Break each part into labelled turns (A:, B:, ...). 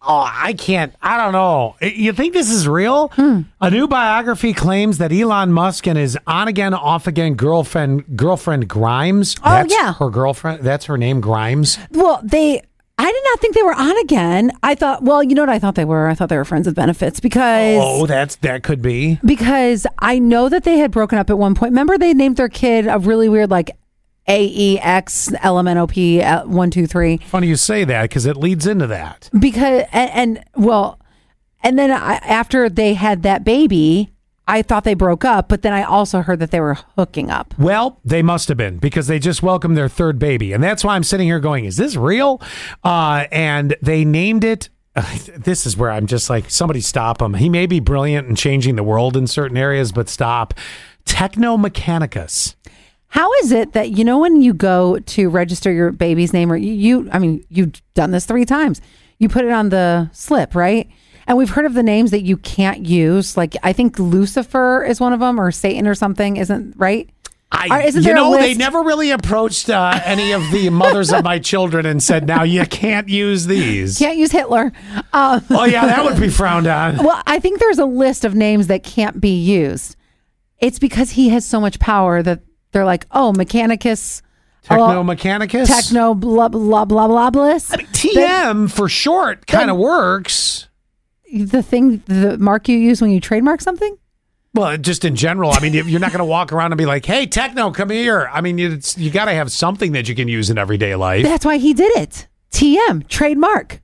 A: Oh, I can't. I don't know. I- You think this is real?
B: Hmm.
A: A new biography claims that Elon Musk and his on-again, off-again girlfriend, girlfriend Grimes.
B: Oh,
A: that's
B: yeah.
A: her girlfriend. That's her name, Grimes.
B: Well, they. I did not think they were on again. I thought, well, you know what I thought they were? I thought they were friends with benefits because
A: Oh, that's that could be.
B: because I know that they had broken up at one point. Remember, they named their kid a really weird like A E X L M N O P uh, one two three
A: Funny you say that because it leads into that.
B: because and, and well, and then I, after they had that baby, I thought they broke up. But then I also heard that they were hooking up.
A: Well, they must have been because they just welcomed their third baby. And that's why I'm sitting here going, is this real? Uh, and they named it. This is where I'm just like, somebody stop him. He may be brilliant and changing the world in certain areas, but stop. Technomechanicus.
B: How is it that you know when you go to register your baby's name or you, you I mean you've done this 3 times. You put it on the slip, right? And we've heard of the names that you can't use. Like I think Lucifer is one of them or Satan or something, isn't right? Or
A: I,
B: isn't
A: you
B: there a
A: know, they
B: list?
A: never really approached uh, any of the mothers of my children and said, now you can't use these.
B: Can't use Hitler. Um,
A: Oh, yeah, that would be frowned on.
B: well, I think there's a list of names that can't be used. It's because he has so much power that they're like, "Oh, Mechanicus, oh,
A: Technomechanicus?
B: techno blah blah blah blah blah."
A: TM for short kind of works.
B: The thing the mark you use when you trademark something?
A: Well, just in general, I mean, you're not going to walk around and be like, "Hey, techno, come here." I mean, you, you got to have something that you can use in everyday life.
B: That's why he did it. TM, trademark.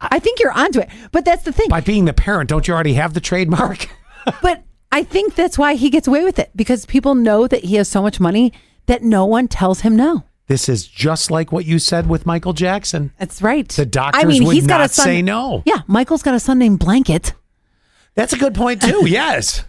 B: I think you're onto it. But that's the thing.
A: By being the parent, don't you already have the trademark?
B: But I think that's why he gets away with it because people know that he has so much money that no one tells him no.
A: this is just like what you said with Michael Jackson.
B: That's right.
A: The doctors would not say no.
B: Yeah, Michael's got a son named Blanket.
A: That's a good point too. yes.